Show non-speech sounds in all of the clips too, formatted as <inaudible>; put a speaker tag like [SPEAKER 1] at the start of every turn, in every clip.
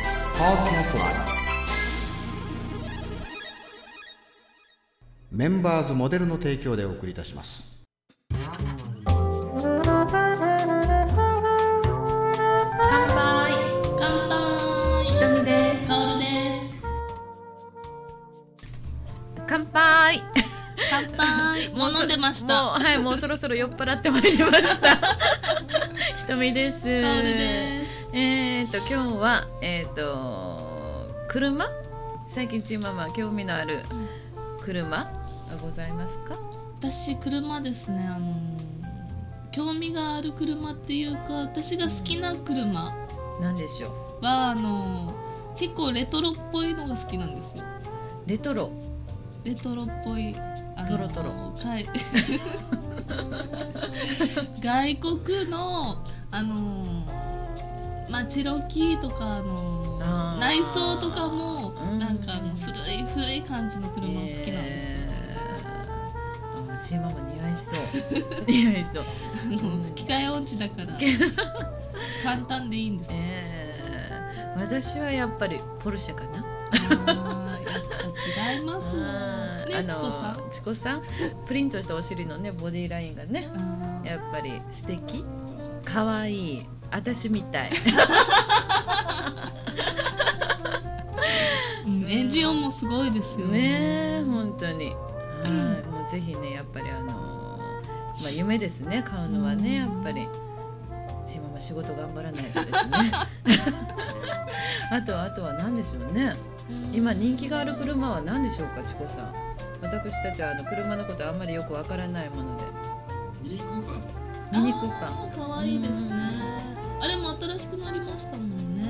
[SPEAKER 1] Podcast Live メンバーズモデルの提供でお送りいたします
[SPEAKER 2] 乾杯
[SPEAKER 3] 乾
[SPEAKER 2] ひと
[SPEAKER 3] 杯
[SPEAKER 2] みです
[SPEAKER 3] カオルです
[SPEAKER 2] 乾杯
[SPEAKER 3] 乾杯もう飲んでまし
[SPEAKER 2] もう
[SPEAKER 3] た
[SPEAKER 2] はいもうそろそろ酔っ払ってまいりました
[SPEAKER 3] <laughs>
[SPEAKER 2] ひとみです
[SPEAKER 3] カオルです
[SPEAKER 2] えっと今日はえっ、と車最近ちーママ興味のある車がございますか
[SPEAKER 3] 私車ですねあの興味がある車っていうか私が好きな車
[SPEAKER 2] なんでしょう
[SPEAKER 3] はあの結構レトロっぽいのが好きなんですよ
[SPEAKER 2] レトロ
[SPEAKER 3] レトロっぽいあの
[SPEAKER 2] トロトロ
[SPEAKER 3] かい <laughs> 外国のあのまあチェロキーとかあの
[SPEAKER 2] あー
[SPEAKER 3] 内装とかも
[SPEAKER 2] うん
[SPEAKER 3] なんかあの古い古い感じの車好きなんですよね、
[SPEAKER 2] えーあちーママ似合いそう似合いそう
[SPEAKER 3] あの機械音痴だ
[SPEAKER 2] <laughs>
[SPEAKER 3] から簡単でいいんですよ、
[SPEAKER 2] えー私はやっぱりポルシェかな
[SPEAKER 3] あーやっぱ違います
[SPEAKER 2] あ
[SPEAKER 3] ねねチコさん
[SPEAKER 2] のチコさんプリントしたお尻のねボディラインがね
[SPEAKER 3] あー
[SPEAKER 2] やっぱり素敵可愛いい私みたい
[SPEAKER 3] うんエンジン音もすごいですよ
[SPEAKER 2] ねえ本当にはいもうぜひねやっぱりあのーまあ夢ですね買うのはねやっぱりちまも仕事頑張らないと
[SPEAKER 3] <laughs>
[SPEAKER 2] ですねあとはあとは何でしょうね
[SPEAKER 3] うん
[SPEAKER 2] 今人気がある車は何でしょうかチコさん私たちはあの車のことあんまりよくわからないものでミニクーパー
[SPEAKER 3] あー可愛いですねあれも新しくなりましたもんね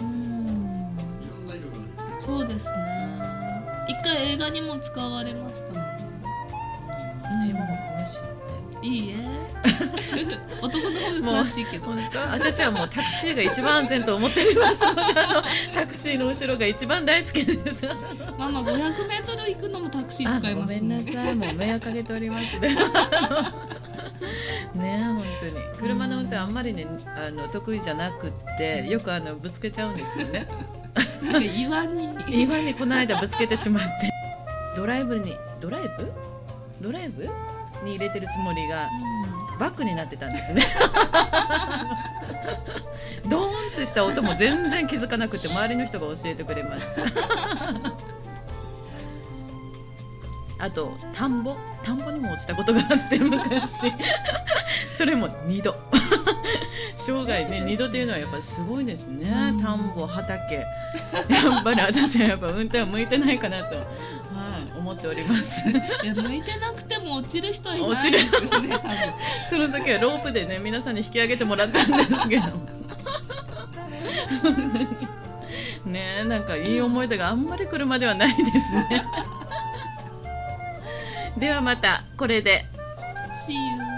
[SPEAKER 3] うんそうですね一回映画にも使われましたもんね
[SPEAKER 2] ちまも詳しいね
[SPEAKER 3] いい
[SPEAKER 2] <laughs>
[SPEAKER 3] え男の方が詳しいけど
[SPEAKER 2] 本当私はもうタクシーが一番安全と思っておりますのであのタクシーの後ろが一番大好きです
[SPEAKER 3] ママ 500m 行くのもタクシー使い
[SPEAKER 2] ご
[SPEAKER 3] ます
[SPEAKER 2] めんな
[SPEAKER 3] ね
[SPEAKER 2] さいもう迷惑かけておりますねねえ本当に車の運転あんまりねあの得意じゃなくってよくあのぶつけちゃうんですよね
[SPEAKER 3] なん <laughs> か岩に
[SPEAKER 2] 今にこの間ぶつけてしまってドライブにドライブドライブに入れてるつもりがバックになってたんですね <laughs> ドーンってした音も全然気づかなくて周りの人が教えてくれましたあと田んぼ田んぼにも落ちたことがあって昔それも2度生涯ね2度というのはやっぱりすごいですね
[SPEAKER 3] うん
[SPEAKER 2] 田んぼ畑やっぱり私はやっぱ運転は向いてないかなと、はい、思っております
[SPEAKER 3] いや向いてなくても落ちる人はい
[SPEAKER 2] 落
[SPEAKER 3] な
[SPEAKER 2] ち
[SPEAKER 3] い
[SPEAKER 2] る
[SPEAKER 3] ですよね多分
[SPEAKER 2] <laughs> その時はロープでね皆さんに引き上げてもらったんですけど <laughs> ねえなんかいい思い出があんまり車ではないです <laughs> ねではまたこれで
[SPEAKER 3] See you